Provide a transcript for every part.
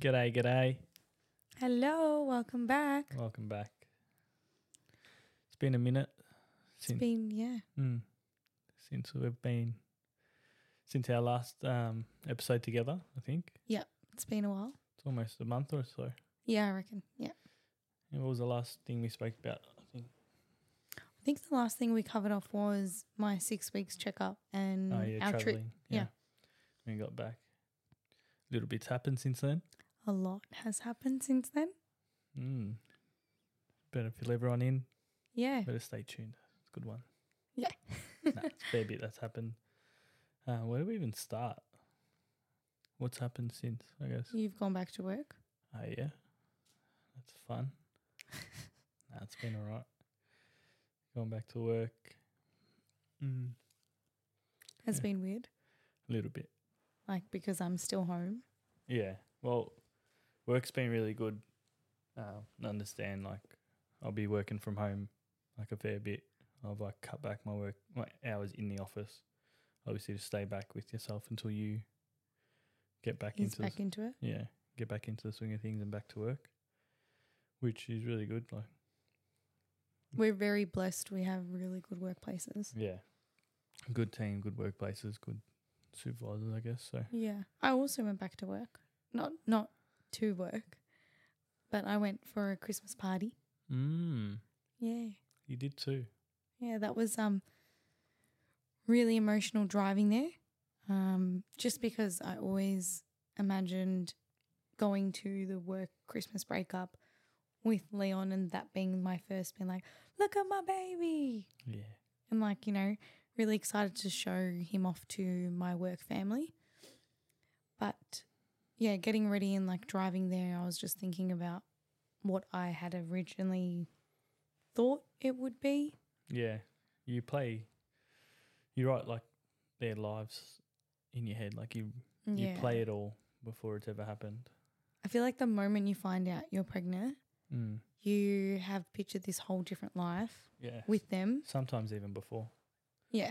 G'day, g'day. Hello, welcome back. Welcome back. It's been a minute It's since been yeah, mm, since we've been since our last um, episode together. I think it's been a while. it's almost a month or so. Yeah, I reckon. Yeah, And what was the last thing we spoke about? I think. I think the last thing we covered off was my six weeks checkup and oh yeah, Mm, our traveling. trip. yeah. We got back. Little bits happened since then. A lot has happened since then. Mm. Better fill everyone in. Yeah, Better stay tuned. It's a good one. Yeah. nah, it's a fair bit that's happened. Uh, where do we even start? What's happened since, I guess? you've gone back to work. Oh, yeah. That's fun. nah, it's been all right. Going back to work. Mm. It's Yeah. been weird, A little bit. like because I'm still home. Yeah. Well, work's been really good. Uh, I understand, like, I'll be working from home, like, a fair bit. I've, like, cut back my work, my hours in the office. Obviously, to stay back with yourself until you get back He's into the back into it. yeah, get back into the swing of things and back to work, which is really good. Like, We're very blessed. We have really good workplaces. yeah, good team, good workplaces, good supervisors, I guess. So Yeah, I also went back to work. Not not to work, but I went for a Christmas party. mm, Yeah. you did too. Yeah, that was um really emotional driving there. Um, just because I always imagined going to the work Christmas breakup with Leon and that being my first being like, look at my baby Yeah, and like, you know, really excited to show him off to my work family. But yeah, getting ready and like driving there, I was just thinking about what I had originally thought it would be. yeah. You play, you write like their lives in your head. Like you, you play it all before it's ever happened. I feel like the moment you find out you're pregnant, Mm. you have pictured this whole different life Yeah. with them. Sometimes even before. Yeah.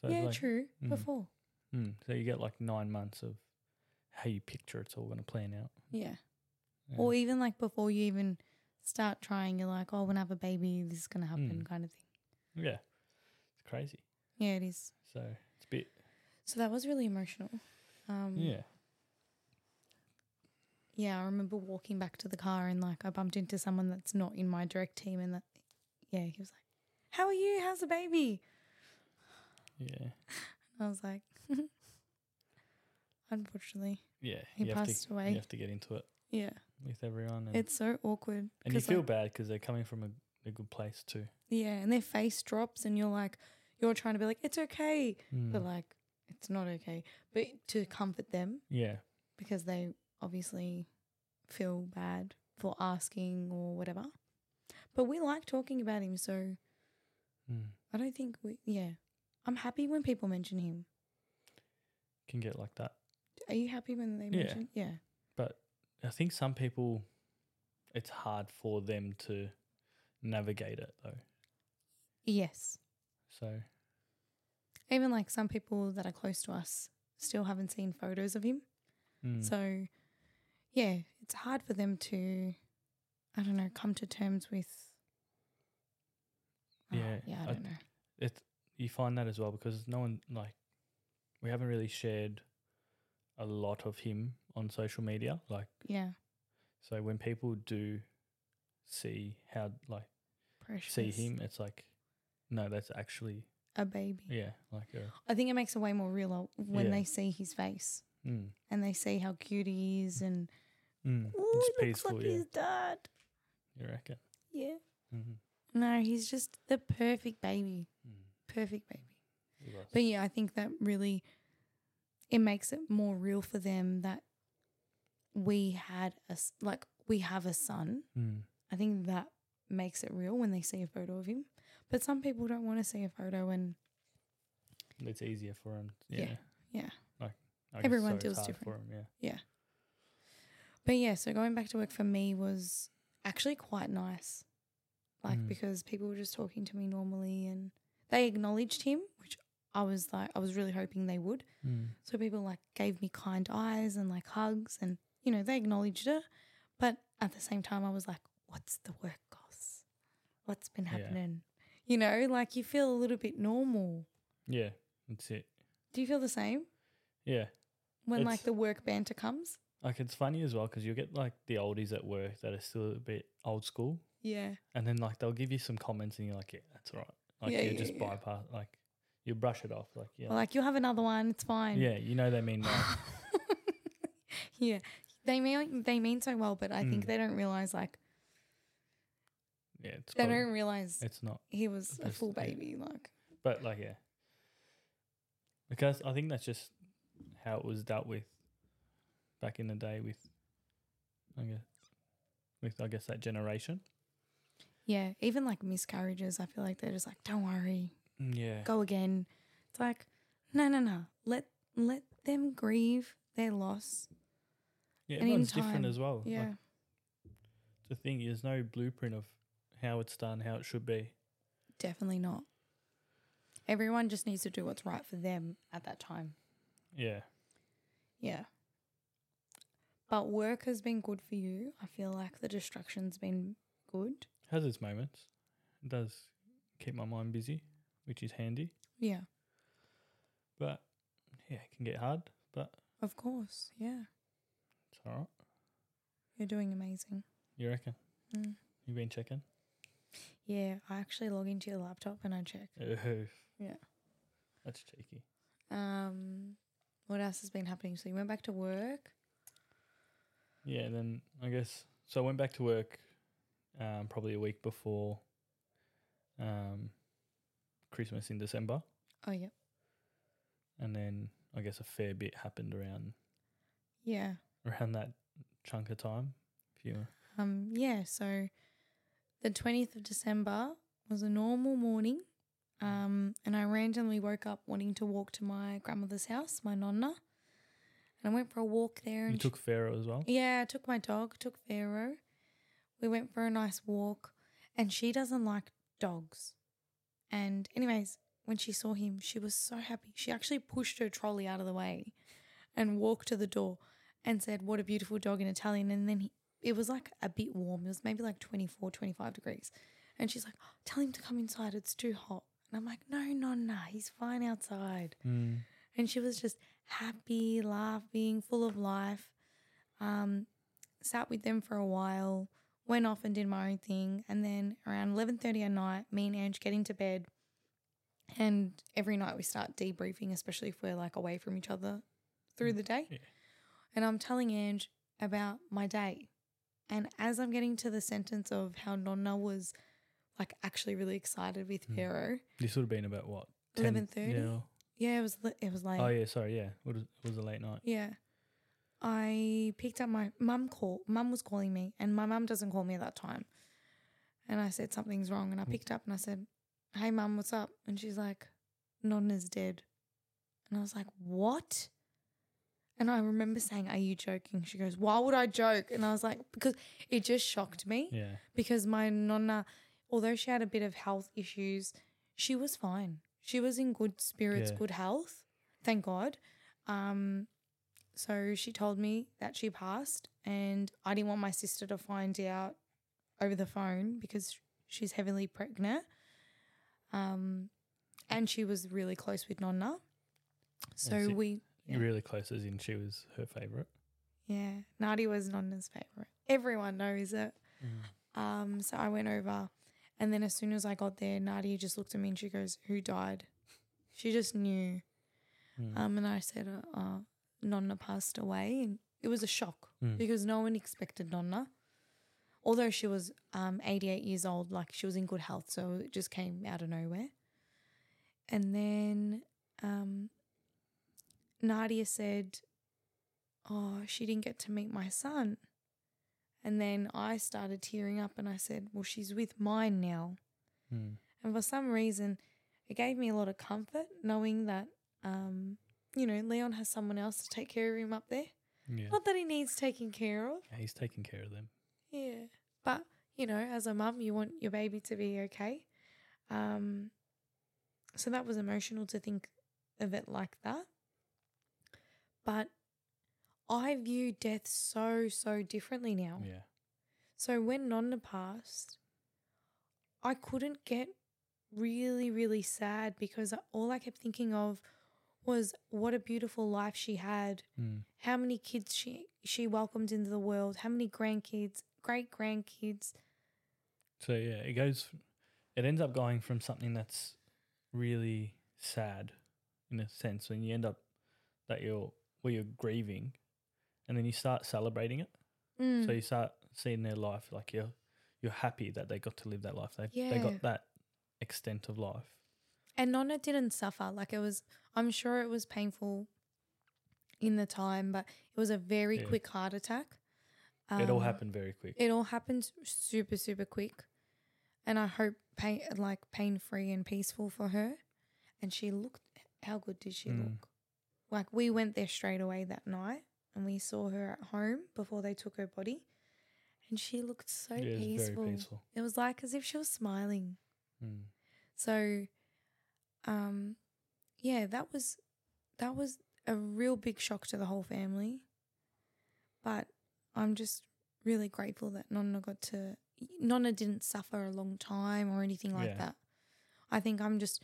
So it's yeah, like, true. mm. Before. Mm, so you get like nine months of how you picture it's all going to plan out. Yeah. Yeah. Or even like before you even start trying, you're like, oh, when I have a baby, this is going to happen, Mm. kind of thing. Yeah, it's crazy. Yeah, it is. So it's a bit. So that was really emotional. Um, Yeah. yeah, I remember walking back to the car and like I bumped into someone that's not in my direct team and that, yeah, he was like, how are you? How's the baby? Yeah. And I was like, unfortunately. Yeah. He you have passed to, away. You have to get into it Yeah. with everyone, and, It's so awkward. and you 'cause, feel like, bad because they're coming from a, a good place too. yeah, and their face drops, and you're like, you're trying to be like, it's okay, Mm. but like, it's not okay. But to comfort them yeah. because they obviously feel bad for asking or whatever. But we like talking about him, so Mm. I don't think we. Yeah, I'm happy when people mention him. Can get like that. Are you happy when they Yeah. mention? Yeah, I think some people, it's hard for them to navigate it though. yes. So Even like some people that are close to us still haven't seen photos of him. mm. So, yeah, it's hard for them to, I don't know, come to terms with. Oh, Yeah, yeah, I I- don't know. it's you find that as well because no one like we haven't really shared a lot of him on social media like Yeah, so when people do see how like precious. see him it's like no that's actually A baby. yeah like a, I think it makes it way more real uh, when Yeah. they see his face mm, and they see how cute he is and. mm, Ooh, it's he looks peaceful like yeah his dad. you reckon Yeah. mm-hmm. No, he's just the perfect baby. mm, Perfect baby. he was. But yeah, I think that really it makes it more real for them that we had a s- like we have a son. mm, I think that makes it real when they see a photo of him. But some people don't want to see a photo, and it's easier for him yeah Yeah, yeah. like I guess Everyone it's feels hard different. for him yeah but yeah, so going back to work for me was actually quite nice, like Mm. because people were just talking to me normally, and they acknowledged him, which I was like, I was really hoping they would. mm, So people like gave me kind eyes and like hugs, and you know, they acknowledged it. But at the same time, I was like, what's the work goss? What's been Yeah. happening? You know, like you feel a little bit normal. Yeah, that's it. Do you feel the same Yeah, when like It's- the work banter comes? like it's funny as well because you'll get like the oldies at work that are still a bit old school, Yeah. and then like they'll give you some comments, and you're like, yeah, that's all right. Like Yeah, you yeah, just yeah. bypass, like you brush it off, like yeah, Or like you'll have another one. It's fine. yeah, you know they mean well. yeah. They mean they mean so well, but I think Mm. they don't realize like yeah, it's they probably- don't realize it's not, he was a That's- full yeah. baby. Like but like yeah, because I think that's just how it was dealt with back in the day with, I guess, with I guess that generation. yeah, even like miscarriages, I feel like they're just like, don't worry, Yeah, go again. It's like, no, no, no. Let let them grieve their loss. yeah, and in everyone's different time, as well. Like, Yeah. the thing is no blueprint of how it's done, how it should be. Definitely not. Everyone just needs to do what's right for them at that time. Yeah. Yeah. But work has been good for you. I feel like the distraction's been good. Has its moments. It does keep my mind busy, which is handy. Yeah. But yeah, it can get hard, but Of course. Yeah. it's all right. You're doing amazing. You reckon? Mm. You've been checking? Yeah. I actually log into your laptop and I check. Oof. Yeah. That's cheeky. Um, what else has been happening? So you went back to work. Yeah, then I guess so I went back to work um probably a week before um Christmas in December Oh yeah. and then I guess a fair bit happened around Yeah. around that chunk of time. If you Um, yeah, so the 20th of December was a normal morning. Um, and I randomly woke up wanting to walk to my grandmother's house, my nonna. And I went for a walk there. And You she- took Pharaoh as well? yeah, I took my dog, took Pharaoh. We went for a nice walk. And she doesn't like dogs. And, anyways, when she saw him, she was so happy. She actually pushed her trolley out of the way and walked to the door and said, What a beautiful dog in Italian. And then he, it was like a bit warm. It was maybe like 24, 25 degrees. And she's like, Tell him to come inside. It's too hot. And I'm like, No, no, no. He's fine outside Mm. and she was just happy, laughing, full of life. Um, sat with them for a while, went off and did my own thing, and then around eleven thirty at night, me and Ange get into bed, and every night we start debriefing, especially if we're like away from each other through the day. Mm. Yeah. And I'm telling Ange about my day, and as I'm getting to the sentence of how Nonna was like actually really excited with Mm. Pero, This would have been about what? 10 11:30? Yeah. yeah, it was li- it was like Oh yeah, sorry, yeah. It was, it was a late night. Yeah. I picked up my mum call. Mum was calling me, and my mum doesn't call me at that time. And I said something's wrong, and I picked up and I said, "Hey, mum, what's up?" And she's like, "Nonna's dead." And I was like, "What?" And I remember saying, "Are you joking?" She goes, "Why would I joke?" And I was like, "Because it just shocked me." Yeah. because my nonna, although she had a bit of health issues, she was fine. She was in good spirits, Yeah. good health, thank God. Um, so she told me that she passed, and I didn't want my sister to find out over the phone because she's heavily pregnant. Um, and she was really close with Nonna. So That's it. we, Yeah. Really close as in she was her favourite. yeah, Nadi was Nonna's favorite. Everyone knows it. Um, so I went over, and then as soon as I got there, Nadia just looked at me and she goes, "Who died?" She just knew. Mm. Um, and I said, uh, uh, "Nonna passed away," and it was a shock Mm. because no one expected Nonna. Although she was um, 88 years old, like she was in good health, so it just came out of nowhere. And then um, Nadia said, "Oh, she didn't get to meet my son." And then I started tearing up and I said, Well, she's with mine now. Mm. And for some reason, it gave me a lot of comfort knowing that, um, you know, Leon has someone else to take care of him up there. Yeah. Not that he needs taking care of. Yeah, He's taking care of them. Yeah. But, you know, as a mum, you want your baby to be okay. Um, so that was emotional to think of it like that. But I view death so, so differently now. Yeah. So when Nonna passed, I couldn't get really, really sad because all I kept thinking of was what a beautiful life she had, Mm. how many kids she, she welcomed into the world, how many grandkids, great grandkids. So yeah, it goes. It ends up going from something that's really sad, in a sense, and you end up that you're well, you're grieving, and then you start celebrating it. Mm. So you start seeing their life like you're you're happy that they got to live that life. They they Yeah. got that extent of life. And Nonna didn't suffer. Like it was, I'm sure it was painful in the time, but it was a very Yeah. quick heart attack. it all Um, happened very quick. It all happened super, super quick. And I hope pain, like pain free and peaceful for her. And she looked, how good did she Mm. look? Like we went there straight away that night and we saw her at home before they took her body. And she looked so yeah, it was peaceful. very peaceful. It was like as if she was smiling. Mm. So, um, yeah, that was that was a real big shock to the whole family. But I'm just really grateful that Nonna got to Nonna didn't suffer a long time or anything like Yeah. that. I think I'm just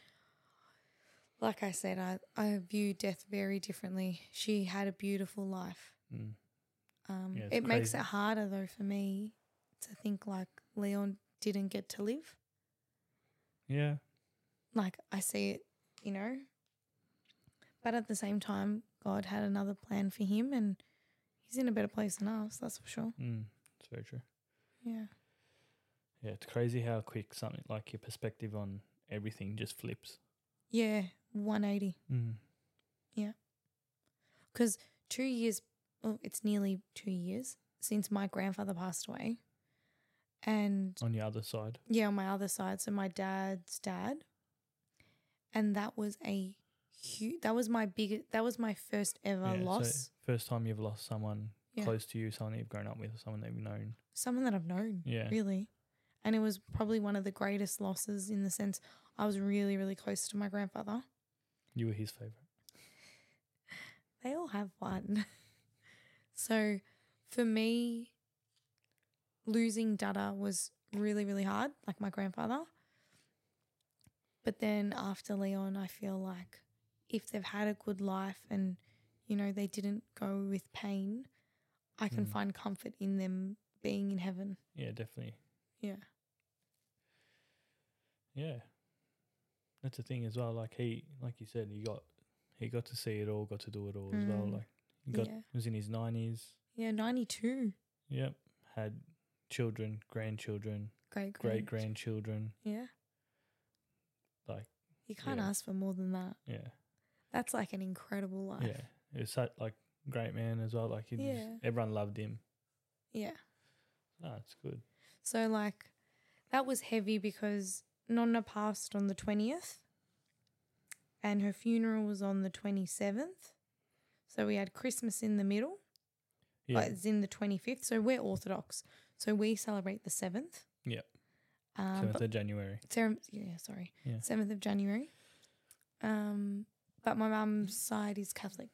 like I said, I, I view death very differently. She had a beautiful life. Mm. Um, Yeah, it it's makes it crazy. harder though for me to think like Leon didn't get to live Yeah, like I see it, you know. But at the same time, God had another plan for him, and he's in a better place than us. That's for sure. mm. it's very true. Yeah. Yeah, it's crazy how quick something like your perspective on everything just flips. Yeah. One eighty. Mm. Because two years. Well, it's nearly two years since my grandfather passed away, and On your other side, yeah, on my other side, so my dad's dad, and that was a huge. That was my big. That was my first ever Yeah, so loss. first time you've lost someone Yeah. close to you, someone that you've grown up with, someone that you've known. Someone that I've known. Yeah, really. And it was probably one of the greatest losses in the sense I was really, really close to my grandfather. you were his favorite. They all have one. so for me, losing Dada was really, really hard, like my grandfather. But then after Leon, I feel like if they've had a good life and, you know, they didn't go with pain, I can Mm. find comfort in them being in heaven. Yeah, definitely. Yeah. Yeah, that's the thing as well. Like he, like you said, he got he got to see it all, got to do it all as well. Mm. Like he got Yeah. was in his nineties. Yeah, 92. Yep, had children, grandchildren, Great, great grand. grandchildren. Yeah. Like You can't Yeah. ask for more than that. yeah, That's like an incredible life. yeah. It was such like great man as well. Like he just, Yeah. everyone loved him. Yeah. Ah, it's good. So like that was heavy because Nonna passed on the 20th and her funeral was on the 27th. So we had Christmas in the middle, Yeah, but it's in the 25th. So we're Orthodox. So we celebrate the 7th. Yep. Um, seventh but of January. Cere- yeah, sorry. Yeah. Seventh of January. Um, but my mum's side is Catholic,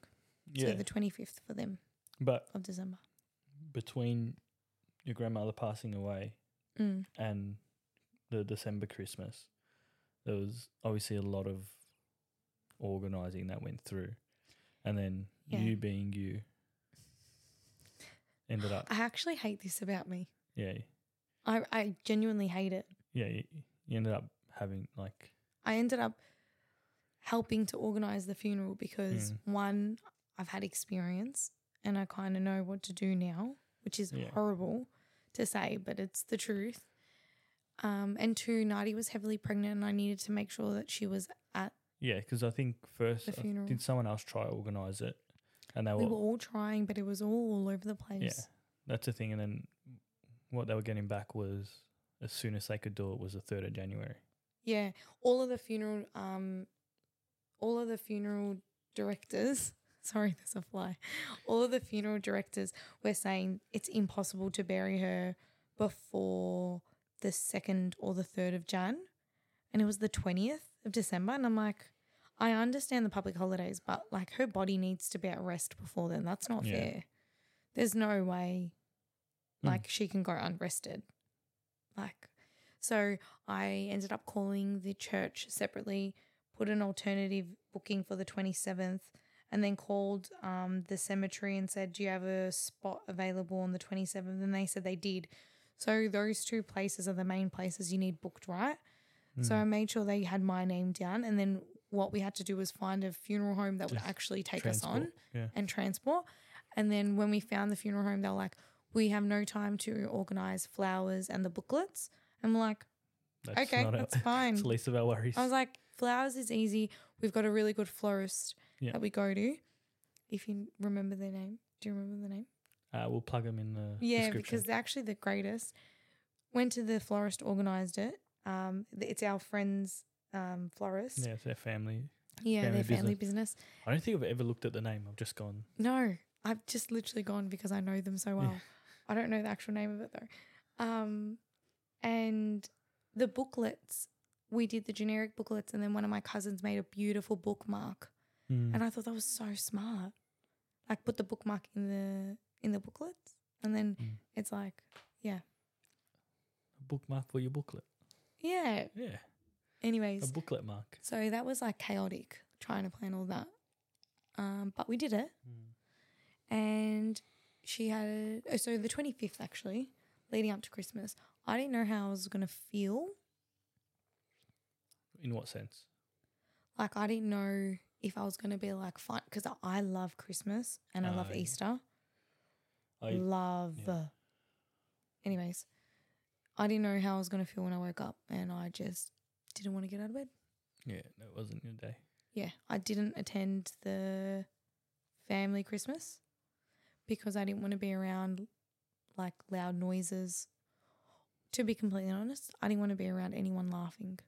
so Yeah, the twenty fifth for them but of December. between your grandmother passing away Mm. and the December Christmas, there was obviously a lot of organizing that went through, and then Yeah. you being you ended up. I actually hate this about me. Yeah, I, I genuinely hate it. yeah. You, you ended up having like I ended up helping to organize the funeral because Mm. one, I've had experience and I kind of know what to do now, which is Yeah. horrible to say, but it's the truth. Um, and two, Nadi was heavily pregnant and I needed to make sure that she was at. yeah, because I think first The I- funeral. did someone else try organize it, and they We were were all trying, but it was all over the place. Yeah, that's the thing. And then what they were getting back was as soon as they could do it was the third of January. Yeah, all of the funeral, um, all of the funeral directors. Sorry, there's a fly. All of the funeral directors were saying it's impossible to bury her before the second or the third of Jan, and it was the twentieth of December. And I'm like, I understand the public holidays, but like her body needs to be at rest before then. That's not Yeah. fair. there's no way Mm. like she can go unrested. Like, so I ended up calling the church separately, put an alternative booking for the 27th, and then called um, the cemetery and said, Do you have a spot available on the 27th? And they said they did. So those two places are the main places you need booked, right? Mm. So I made sure they had my name down. And then what we had to do was find a funeral home that would Just actually take us on Transport, Yeah. and transport. And then when we found the funeral home, they were like, we have no time to organize flowers and the booklets. And we're like, That's okay, not our- that's fine. It's the least of our worries. I was like, flowers is easy. We've got a really good florist Yeah. that we go to. If you remember their name, do you remember the name? uh, we'll plug them in the Yeah, description. because they're actually the greatest. Went to the florist, organized it. Um, th- it's our friend's um, florist. yeah, it's their family. Yeah, Family their family business. I don't think I've ever looked at the name. I've just gone. No, I've just literally gone because I know them so well. I don't know the actual name of it though. Um, and the booklets, we did the generic booklets, and then one of my cousins made a beautiful bookmark, Mm. and I thought that was so smart. Like put the bookmark in the in the booklets, and then Mm. it's like, A bookmark for your booklet. yeah. Yeah, a Anyways, booklet mark. so that was like chaotic trying to plan all that, um, but we did it. Hmm. and she had a, oh, so the 25th actually leading up to christmas i didn't know how i was going to feel In what sense? like i didn't know if i was going to be like fun because i love christmas and i love Oh, yeah. easter I love yeah. anyways i didn't know how i was going to feel when i woke up and i just didn't want to get out of bed yeah, no, it wasn't your day. yeah i didn't attend the family christmas because i didn't want to be around like loud noises to be completely honest i didn't want to be around anyone laughing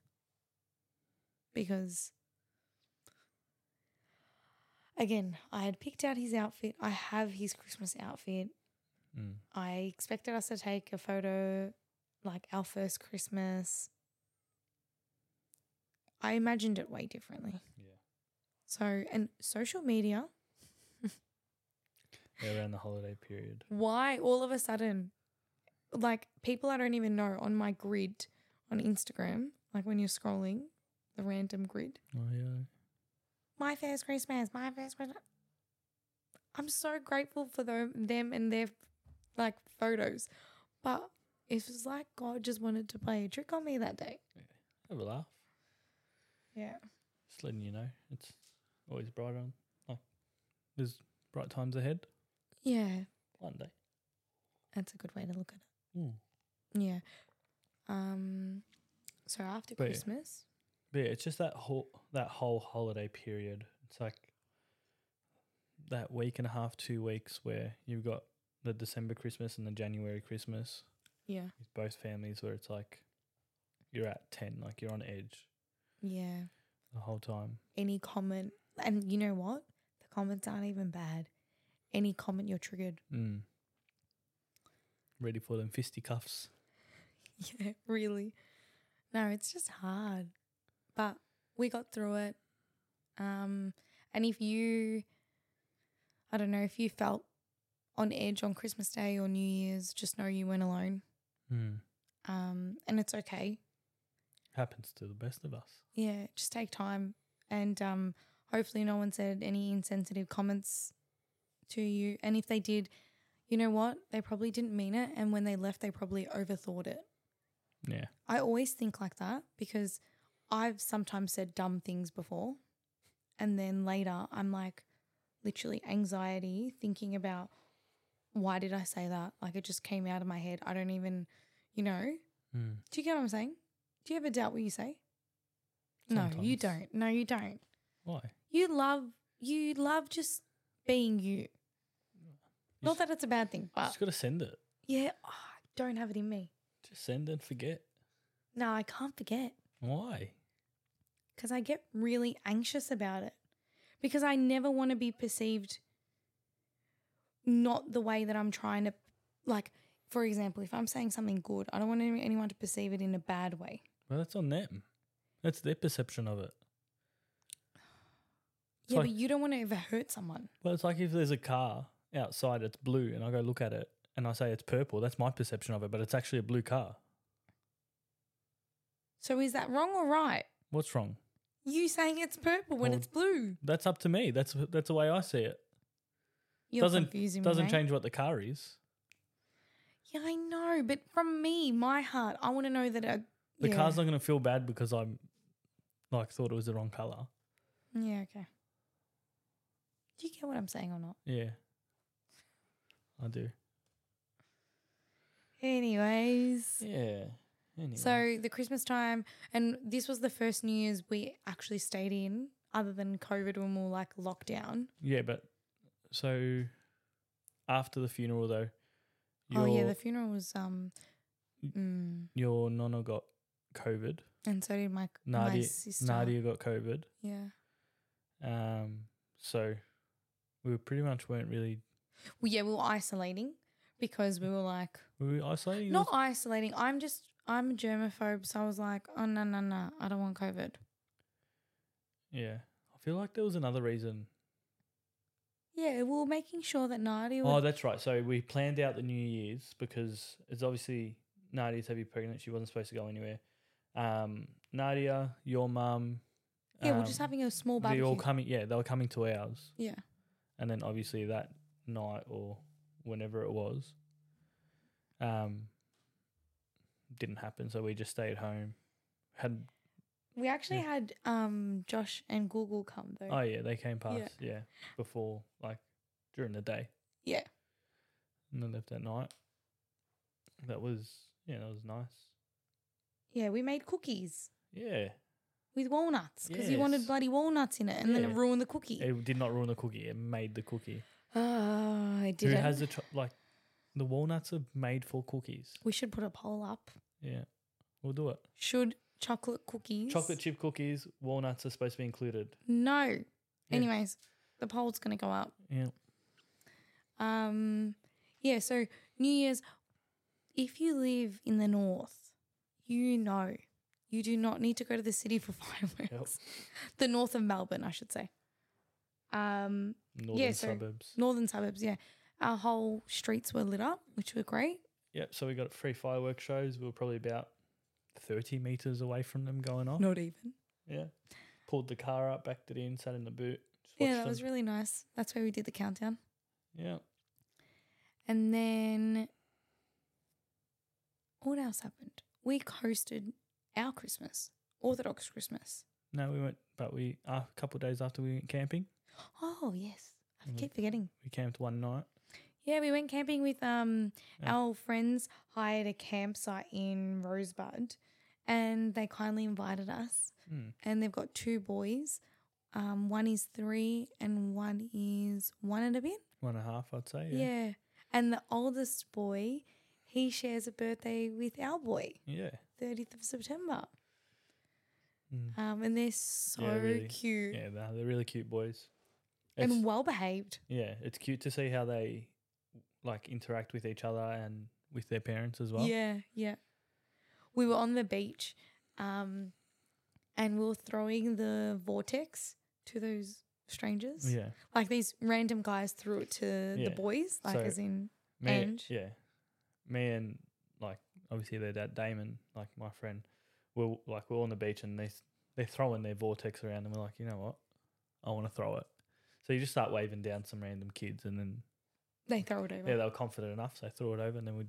because again i had picked out his outfit i have his christmas outfit Mm. I expected us to take a photo like our first Christmas. I imagined it way differently. Yeah. So, and social media, Yeah, around the holiday period. why all of a sudden, like people I don't even know on my grid on Instagram, like when you're scrolling the random grid, Oh yeah. my first Christmas, my first Christmas. I'm so grateful for them, them and their like photos, but it was like God just wanted to play a trick on me that day. Have a laugh. Yeah. Just letting you know, it's always bright on. Like, there's bright times ahead. Yeah, One day. that's a good way to look at Mm. it. Yeah. Um. So after But yeah. Christmas, But yeah, it's just that whole that whole holiday period. It's like that week and a half, two weeks where you've got the December Christmas and the January Christmas yeah, with both families where it's like you're at ten, like you're on edge yeah. the whole time. Any comment, and you know what? The comments aren't even bad. Any comment, you're triggered. Mm. Ready for them fisticuffs. Yeah, really. No, it's just hard. But we got through it. Um and if you I don't know, if you felt on edge on Christmas Day or New Year's, just know you weren't alone. Mm. Um and it's okay. Happens to the best of us. Yeah, just take time and um hopefully no one said any insensitive comments to you. And if they did, you know what? They probably didn't mean it and when they left they probably overthought it. Yeah. I always think like that because I've sometimes said dumb things before. And then later I'm like literally anxiety thinking about why did I say that? Like it just came out of my head. I don't even, you know. Mm. Do you get what I'm saying? Do you ever doubt what you say? No, you Sometimes. don't. No, you don't. Why? You love you love just being you. Not just- that it's a bad thing, but just gotta send it. yeah, oh, I don't have it in me. Just send and forget. No, I can't forget. Why? because I get really anxious about it because I never want to be perceived not the way that I'm trying to like for example if I'm saying something good I don't want any- anyone to perceive it in a bad way Well, that's on them. That's their perception of it. yeah like- but you don't want to ever hurt someone Well, it's like if there's a car outside it's blue and I go look at it and I say it's purple, that's my perception of it, but it's actually a blue car. So is that wrong or right? What's wrong? You saying it's purple when Well, it's blue? That's up to me. That's that's the way I see it. You're doesn't- confusing me. Doesn't mate. change what the car is. Yeah, I know, but from me, my heart, I want to know that. I, The yeah. car's not going to feel bad because I'm like thought it was the wrong color. Yeah. Okay. Do you get what I'm saying or not? Yeah, I do. Anyways. Yeah. Anyway. So the Christmas time, and this was the first New Year's we actually stayed in, other than COVID when we were like locked down. yeah, but so after the funeral though, your Oh yeah, the funeral was um, mm, your nonna got COVID. and so did my my Nadia sister. Nadia got COVID. Yeah. Um, so we pretty much weren't really Well, yeah, we were isolating because we were like we were isolating. not isolating. I'm just I'm a germaphobe, so I was like, oh no no no, I don't want COVID. yeah, I feel like there was another reason. Yeah, we were making sure that Nadia. Oh, Would, that's right. So we planned out the New Year's because it's obviously Nadia's heavy pregnant. She wasn't supposed to go anywhere. Um, Nadia, your mum. yeah, we're um, just having a small They barbecue. all coming. Yeah, they were coming to ours, yeah, and then obviously that night or whenever it was, um, didn't happen. So we just stayed home. Had we actually had um Josh and Google come though. oh yeah, they came past Yeah. yeah, before like during the day yeah, and then left at night. That was yeah, that was nice. yeah, we made cookies Yeah. with walnuts because you wanted Yes. bloody walnuts in it, and then it Yeah. ruined the cookie. It did not ruin the cookie. It made the cookie. Ah, it did. Who not has the tr- like? The walnuts are made for cookies. we should put a poll up. Yeah, we'll do it. Should chocolate cookies? Chocolate chip cookies, walnuts are supposed to be included. No. Anyways, the poll's gonna go up. Yeah, Um, yeah, so New Year's, if you live in the north, you know you do not need to go to the city for fireworks. The north of Melbourne, I should say. Um, northern so- suburbs. northern suburbs, yeah. Our whole streets were lit up, which were great. Yep. So we got free fireworks shows. We were probably about thirty meters away from them going off. Not even. Yeah. Pulled the car up, backed it in, sat in the boot. Just Yeah, watched that was them. really nice. That's where we did the countdown. yeah. And then what else happened? We hosted our Christmas, Orthodox Christmas. No, we went, but we uh, a couple of days after we went camping, Oh, yes. I Mm. keep forgetting. we camped one night. Yeah, we went camping with um Yeah. our friends hired a campsite in Rosebud and they kindly invited us. Mm. And they've got two boys. Um, one is three and one is one and a bit. One and a half, I'd say. Yeah. Yeah. And the oldest boy, he shares a birthday with our boy, Yeah. 30th of September. Mm. Um, and they're so really. cute Yeah, they're, they're really cute boys. It's- and well behaved. Yeah, it's cute to see how they like interact with each other and with their parents as well. Yeah, yeah. We were on the beach, um, and we were throwing the vortex to those strangers. Yeah. Like these random guys threw it to Yeah. the boys, like So- as in Me, And- yeah. Me and like obviously their dad Damon, like my friend, we're like we're on the beach and they s- they're throwing their vortex around and we're like, you know what? I want to throw it. So you just start waving down some random kids and then they throw it over. yeah, they were confident enough, so they threw it over and then we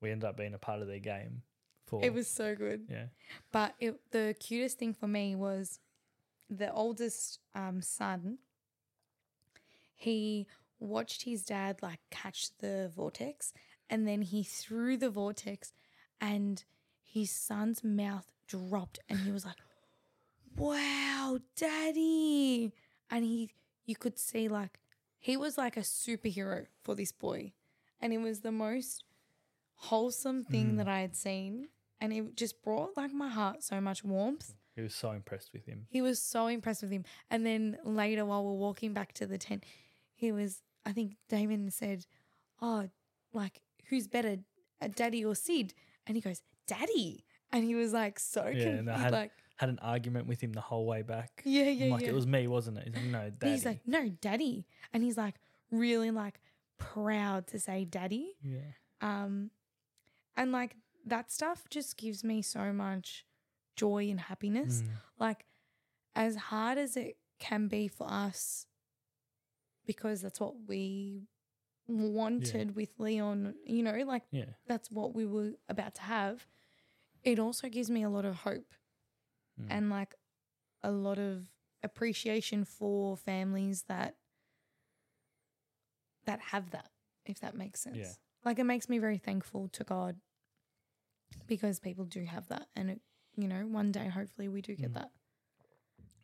we ended up being a part of their game for it was so good. yeah. But it, the cutest thing for me was the oldest um, son. He watched his dad like catch the vortex and then he threw the vortex and his son's mouth dropped and he was like, wow, daddy. And he, you could see like, he was like a superhero for this boy. And it was the most wholesome thing Mm. that I had seen. And it just brought like my heart so much warmth. He was so impressed with him. He was so impressed with him. And then later, while we're walking back to the tent, he was, I think Damon said, Oh, like, who's better, uh, daddy or Sid? And he goes, Daddy. And he was like, so Yeah, and I confused. had- Like, Had an argument with him the whole way back. yeah, I'm yeah, like yeah. it was me, wasn't it? He's like, no, And daddy. He's like, no, daddy. And he's like, really like proud to say daddy. Yeah. Um, and like that stuff just gives me so much joy and happiness. Mm. Like, as hard as it can be for us, because that's what we wanted with Leon, you know, like Yeah. that's what we were about to have. It also gives me a lot of hope Mm. and like a lot of appreciation for families that that have that if that makes sense Yeah. like it makes me very thankful to god because people do have that and it you know one day hopefully we do get Mm. that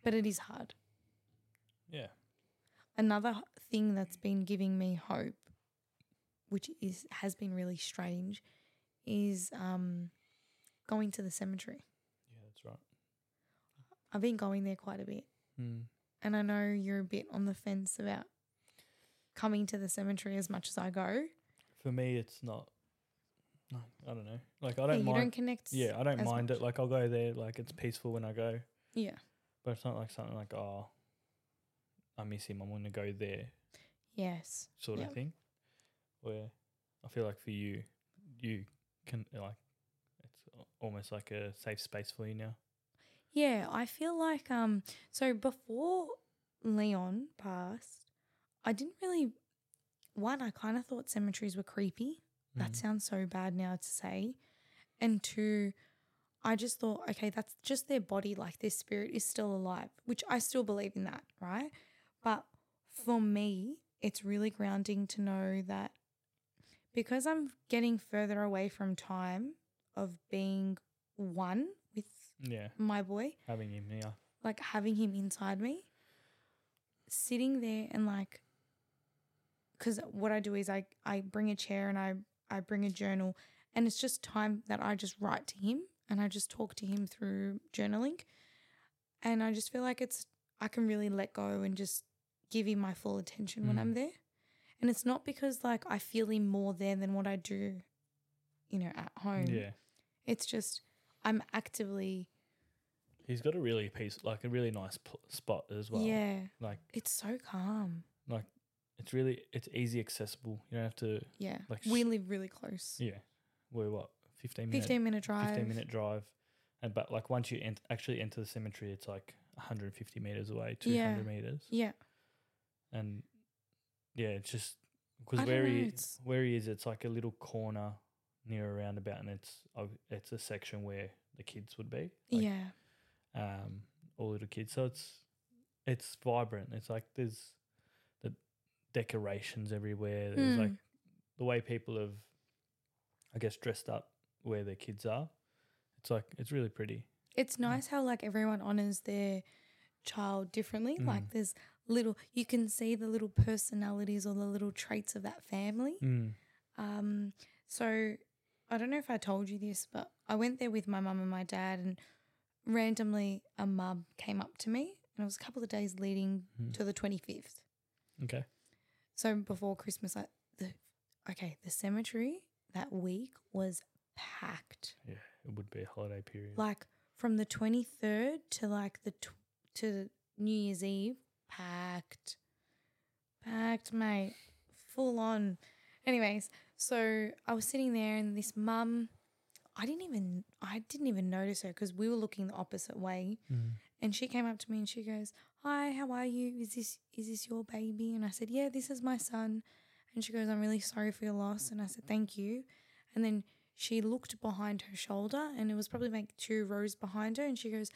but it is hard Yeah. another h- thing that's been giving me hope, which is has been really strange, is um, going to the cemetery. Yeah, that's right. I've been going there quite a bit, Mm. and I know you're a bit on the fence about coming to the cemetery as much as I go. For me, it's not. no, I don't know. Like I Yeah, don't you mind. don't connect. yeah, I don't as mind much. it. Like I'll go there. Like it's peaceful when I go, yeah, but it's not like something like oh, I miss him. I want to go there, yes, sort Yep. of thing. Where I feel like for you, you can like it's al- almost like a safe space for you now. yeah. I feel like um. So before Leon passed, I didn't really. One, I kind of thought cemeteries were creepy. Mm. That sounds so bad now to say. And two, I just thought, okay, that's just their body, like their spirit is still alive, which I still believe in that, right? But for me, it's really grounding to know that because I'm getting further away from time of being one with yeah, my boy, having him here. like having him inside me, sitting there and like, because what I do is I I bring a chair and I I bring a journal, and it's just time that I just write to him and I just talk to him through journaling, and I just feel like it's I can really let go and just give him my full attention when Mm. I'm there, and it's not because like I feel him more there than what I do, you know, at home. Yeah, It's just I'm actively he's got a really piece, like a really nice pl- spot as well. yeah. like It's so calm. it's really it's easy accessible. You don't have to. Yeah. Like we s- live really close. Yeah, we're what fifteen minutes. 15 minute drive. 15 minute drive. And but like once you ent- actually enter the cemetery, it's like 150 meters away, 200 Yeah. meters. Yeah. And yeah, it's just I because don't where know, he it's- where he is, it's like a little corner near a roundabout, and it's ob- it's a section where the kids would be. like, yeah. Um, all little kids. So it's it's vibrant. It's like there's the decorations everywhere. There's like Mm. the way people have, I guess, dressed up where their kids are. It's like it's really pretty. It's nice how like everyone honors their child differently. Like Mm. there's little you can see the little personalities or the little traits of that family. Mm. Um so I don't know if I told you this, but I went there with my mum and my dad and randomly a mum came up to me and it was a couple of days leading Mm. to the 25th. Okay. So before Christmas, I, the okay, the cemetery that week was packed. Yeah, it would be a holiday period. Like from the twenty third to like the tw- to New Year's Eve, packed, packed, mate, full on. Anyways, so I was sitting there, and this mum, I didn't even I didn't even notice her because we were looking the opposite way. Mm. And she came up to me and she goes, "Hi, how are you? Is this is this your baby?" And I said, "Yeah, this is my son." And she goes, "I'm really sorry for your loss." And I said, "Thank you." And then she looked behind her shoulder, and it was probably like two rows behind her. And she goes,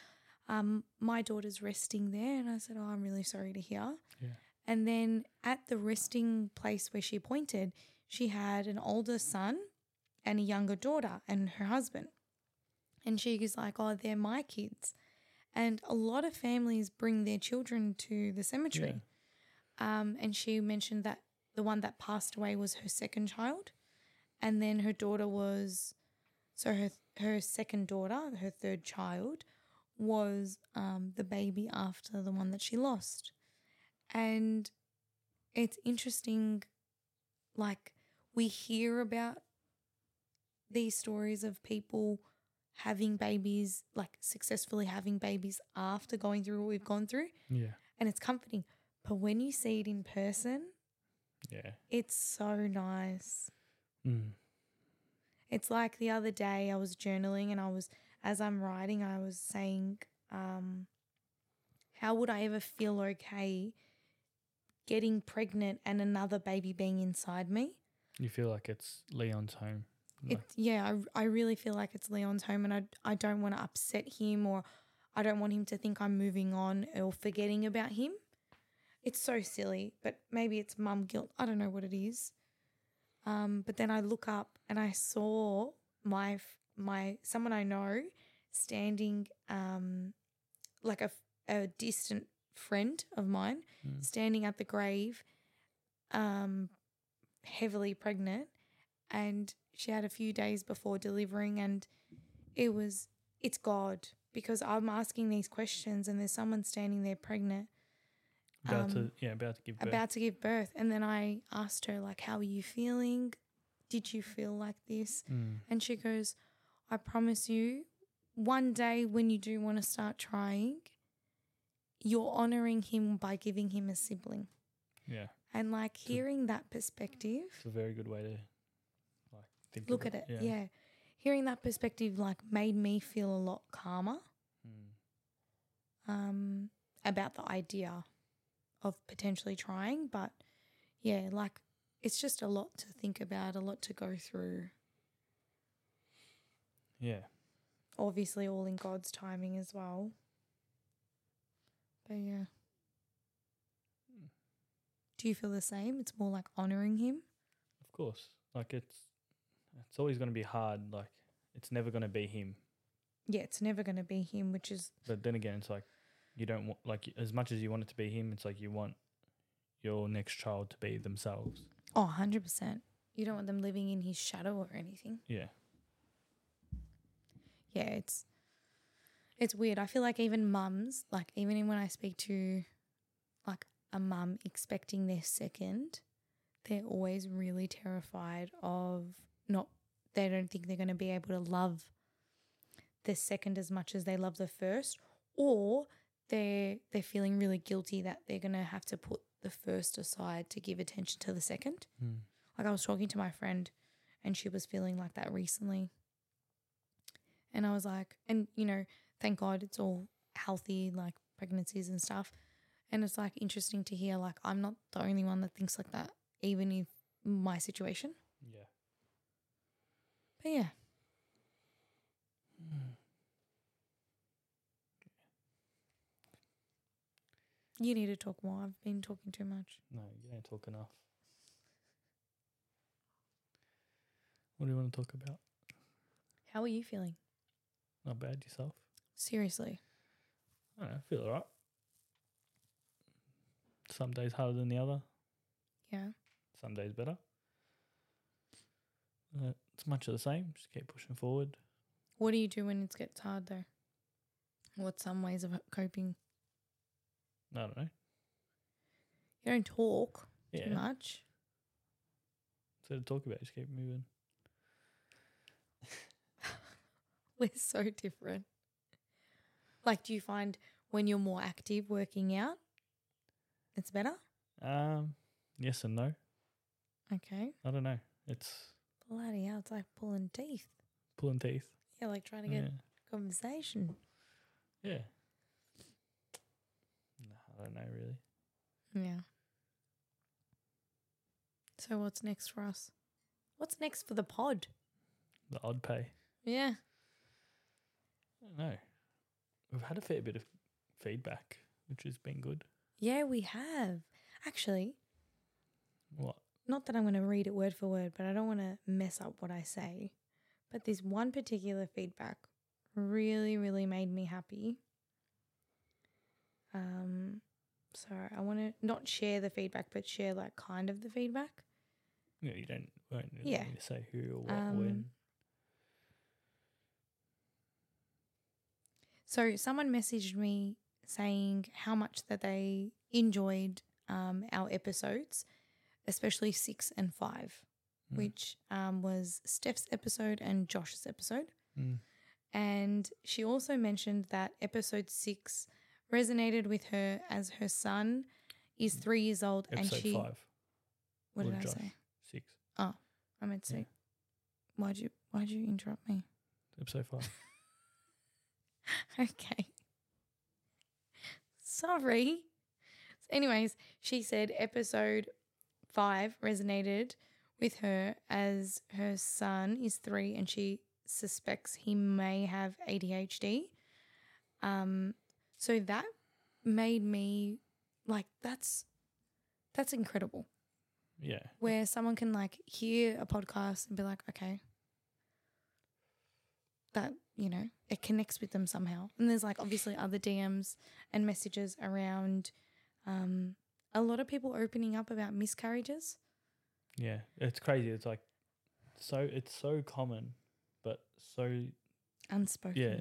um, "My daughter's resting there." And I said, "Oh, I'm really sorry to hear." Yeah. And then at the resting place where she pointed, she had an older son and a younger daughter and her husband. And she was like, "Oh, they're my kids." And a lot of families bring their children to the cemetery. Um, and she mentioned that the one that passed away was her second child, and then her daughter was, so her her second daughter, her third child, was um, the baby after the one that she lost, and it's interesting, like we hear about these stories of people having babies, like successfully having babies after going through what we've gone through, Yeah. and it's comforting. But when you see it in person, Yeah. It's so nice. Mm. It's like the other day I was journaling and I was, as I'm writing, I was saying, um, how would I ever feel okay getting pregnant and another baby being inside me? You feel like it's Leon's home. Like, It's yeah, I, I really feel like it's Leon's home and I, I don't want to upset him or I don't want him to think I'm moving on or forgetting about him. It's so silly, but maybe it's mum guilt. I don't know what it is. Um, but then I look up and I saw my f- my someone I know standing um, like a, f- a distant friend of mine Mm. standing at the grave um, heavily pregnant and she had a few days before delivering and it was it's god because i'm asking these questions and there's someone standing there pregnant about to um, yeah, about to give birth. about to give birth and then i asked her like how are you feeling did you feel like this Mm. and she goes i promise you one day when you do want to start trying you're honoring him by giving him a sibling Yeah. and like hearing that perspective It's a very good way to like think look of at it. Yeah. Hearing that perspective like made me feel a lot calmer Mm. um, about the idea of potentially trying. But yeah, like it's just a lot to think about, a lot to go through. Yeah. Obviously, all in God's timing as well. But yeah. Do you feel the same? It's more like honoring him. Of course. Like it's it's always gonna be hard, like it's never gonna be him. Yeah, it's never going to be him, which is But then again it's like you don't want like as much as you want it to be him, it's like you want your next child to be themselves. oh, 100%. You don't want them living in his shadow or anything. Yeah. yeah, it's it's weird. I feel like even mums, like even when I speak to like a mum expecting their second, they're always really terrified of not they don't think they're going to be able to love the second as much as they love the first or they're they're feeling really guilty that they're going to have to put the first aside to give attention to the second. Mm. Like I was talking to my friend and she was feeling like that recently. And I was like, and you know, thank God it's all healthy, like pregnancies and stuff. And it's like interesting to hear, like, I'm not the only one that thinks like that, even in my situation. Yeah. But yeah, you need to talk more. I've been talking too much. No, you don't talk enough. What do you want to talk about? How are you feeling? Not bad yourself. Seriously. I don't know, feel alright. Some days harder than the other. Yeah. some days better. Uh, it's much of the same. Just keep pushing forward. What do you do when it gets hard, though? What's some ways of coping? I don't know. You don't talk Yeah. too much. So to talk about, just keep moving. We're so different. Like, do you find when you're more active working out, it's better? Um, yes and no. Okay. I don't know. It's Bloody hell, it's like pulling teeth. pulling teeth. Yeah, like trying to Yeah. get conversation. Yeah. No, I don't know really. Yeah. So what's next for us? What's next for the pod? The odd pay. Yeah. I don't know. We've had a fair bit of feedback, which has been good. Yeah, we have. Actually, What? not that I'm going to read it word for word, but I don't want to mess up what I say. But this one particular feedback really, really made me happy. Um, so I want to not share the feedback, but share like kind of the feedback. Yeah, you don't. Won't really Yeah. need to say who or what Um, when. So someone messaged me saying how much that they enjoyed um, our episodes, especially six and five, Mm. which um, was Steph's episode and Josh's episode. Mm. And she also mentioned that episode six resonated with her as her son is three years old and Episode she five. What Or did I Josh. say? Six. I meant to. Yeah. say Why'd you Why'd you interrupt me? Episode five. Okay. Sorry. Anyways, she said episode five resonated with her as her son is three and she suspects he may have ADHD. Um, so that made me like that's that's incredible Yeah. where someone can like hear a podcast and be like, okay, that, you know, it connects with them somehow. And there's like obviously other DMs and messages around um, a lot of people opening up about miscarriages. Yeah. It's crazy. It's like so it's so common, but so Unspoken. yeah.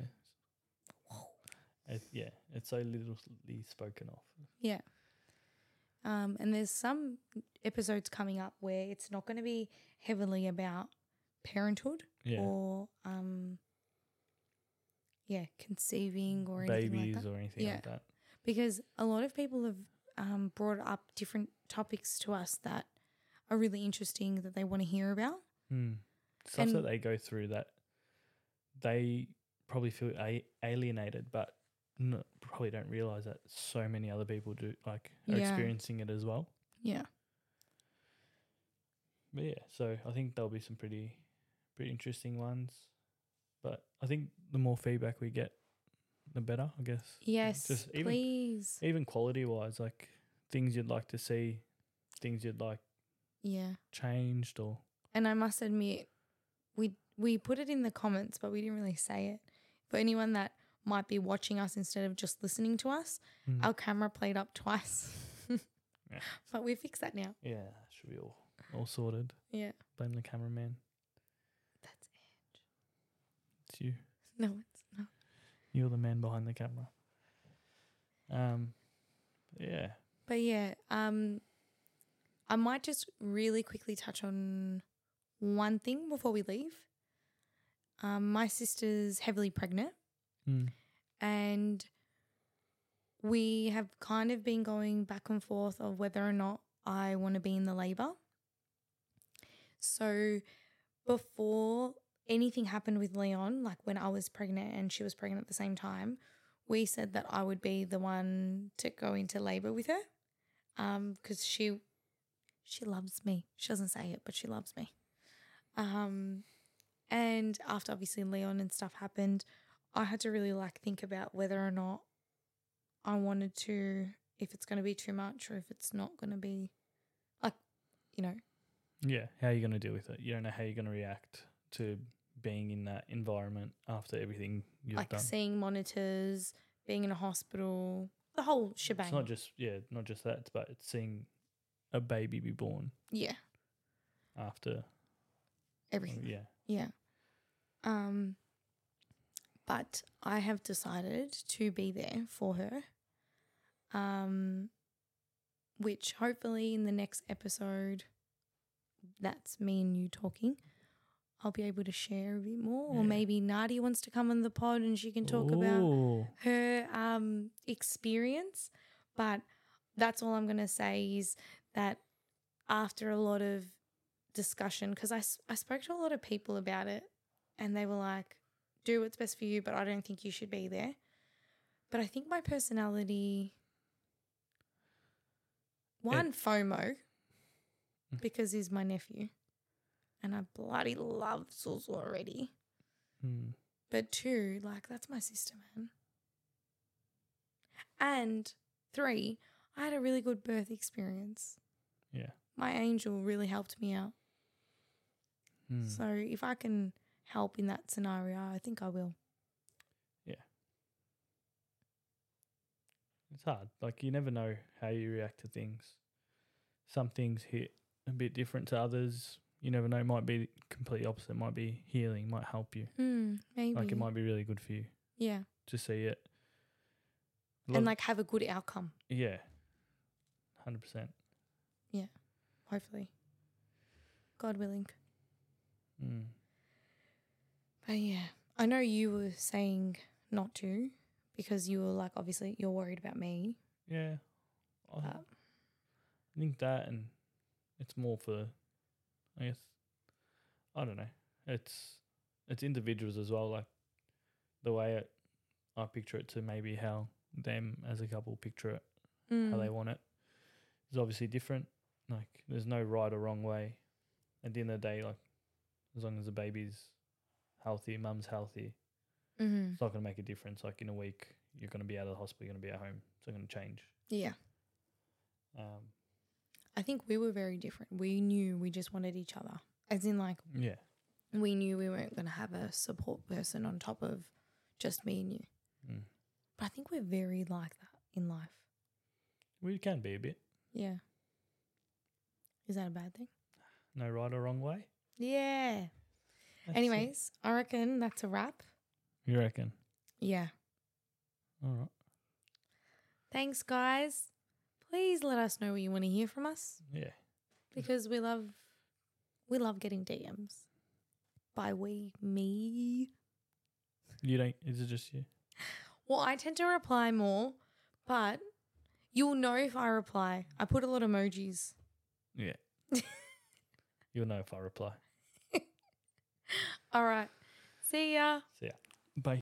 Whoa. It, yeah. It's so literally spoken of. Um, and there's some episodes coming up where it's not going to be heavily about parenthood Yeah. or, um, yeah, conceiving or anything like Babies that. or anything Yeah. like that. because a lot of people have um, brought up different topics to us that are really interesting that they want to hear about. Mm. Stuff And- that they go through that they probably feel a- alienated, but n- probably don't realize that so many other people do like are Yeah. experiencing it as well. Yeah. But yeah, so I think there'll be some pretty, pretty interesting ones. But I think the more feedback we get, the better, I guess. Yes. Just even- please. Even quality wise, like things you'd like to see, things you'd like Yeah. changed, or And I must admit, we we put it in the comments, but we didn't really say it. For anyone that might be watching us instead of just listening to us, Mm. our camera played up twice. Yeah. But we fixed that now. yeah, that should be all all sorted. Yeah. Blame the cameraman. That's it. It's you. No, it's not. You're the man behind the camera. Um, yeah. But yeah, um, I might just really quickly touch on one thing before we leave. Um, my sister's heavily pregnant, Mm. and we have kind of been going back and forth of whether or not I want to be in the labor. So before anything happened with Leon, like when I was pregnant and she was pregnant at the same time, we said that I would be the one to go into labor with her um because she she loves me she doesn't say it but she loves me um and after obviously leon and stuff happened i had to really like think about whether or not i wanted to if it's going to be too much or if it's not going to be like you know Yeah. How are you going to deal with it? You don't know how you're going to react to being in that environment after everything you've like done. seeing monitors being in a hospital the whole shebang It's not just yeah, not just that, but it's seeing a baby be born yeah after. everything Yeah. Yeah. Um but I have decided to be there for her. Um which hopefully in the next episode that's me and you talking. I'll be able to share a bit more. Or Yeah. maybe Nadi wants to come on the pod and she can talk about Ooh. her um experience but that's all i'm going to say is that after a lot of discussion because I, s- I spoke to a lot of people about it and they were like do what's best for you but i don't think you should be there but i think my personality one fomo because he's my nephew and i bloody love Zuzu already Mm. but two, like, that's my sister, man. And three, I had a really good birth experience. Yeah. My angel really helped me out. Mm. So if I can help in that scenario, I think I will. it's hard. Like you never know how you react to things. Some things hit a bit different to others. You never know. It might be completely opposite. It might be healing. Might help you. Mm, maybe. Like it might be really good for you yeah. to see it. A lot of- And like have a good outcome, yeah, hundred percent. hopefully. God willing. Mm. But yeah, I know you were saying not to because you were like, obviously, you're worried about me. Yeah, I, But I think that and it's more for, I guess, I don't know. It's it's individuals as well. Like the way it, I picture it to maybe how them as a couple picture it, Hmm. how Mm. they want it, is obviously different. Like there's no right or wrong way. At the end of the day, like as long as the baby's healthy, mum's healthy, mm-hmm. it's not gonna make a difference. Like in a week, you're gonna be out of the hospital, you're gonna be at home. It's not gonna change. Yeah. Um, I think we were very different. We knew we just wanted each other. As in, like, yeah. we knew we weren't going to have a support person on top of just me and you. Mm. But I think we're very like that in life. We can be a bit. Yeah. Is that a bad thing? No right or wrong way. Yeah. That's it. Anyways, I reckon that's a wrap. you reckon? Yeah. All right. Thanks, guys. Please let us know what you want to hear from us Yeah. because we love we love getting DMs. By we, me. You don't. Is it just you? Well, I tend to reply more, but you'll know if I reply. I put a lot of emojis. Yeah. You'll know if I reply. All right. See ya. See ya.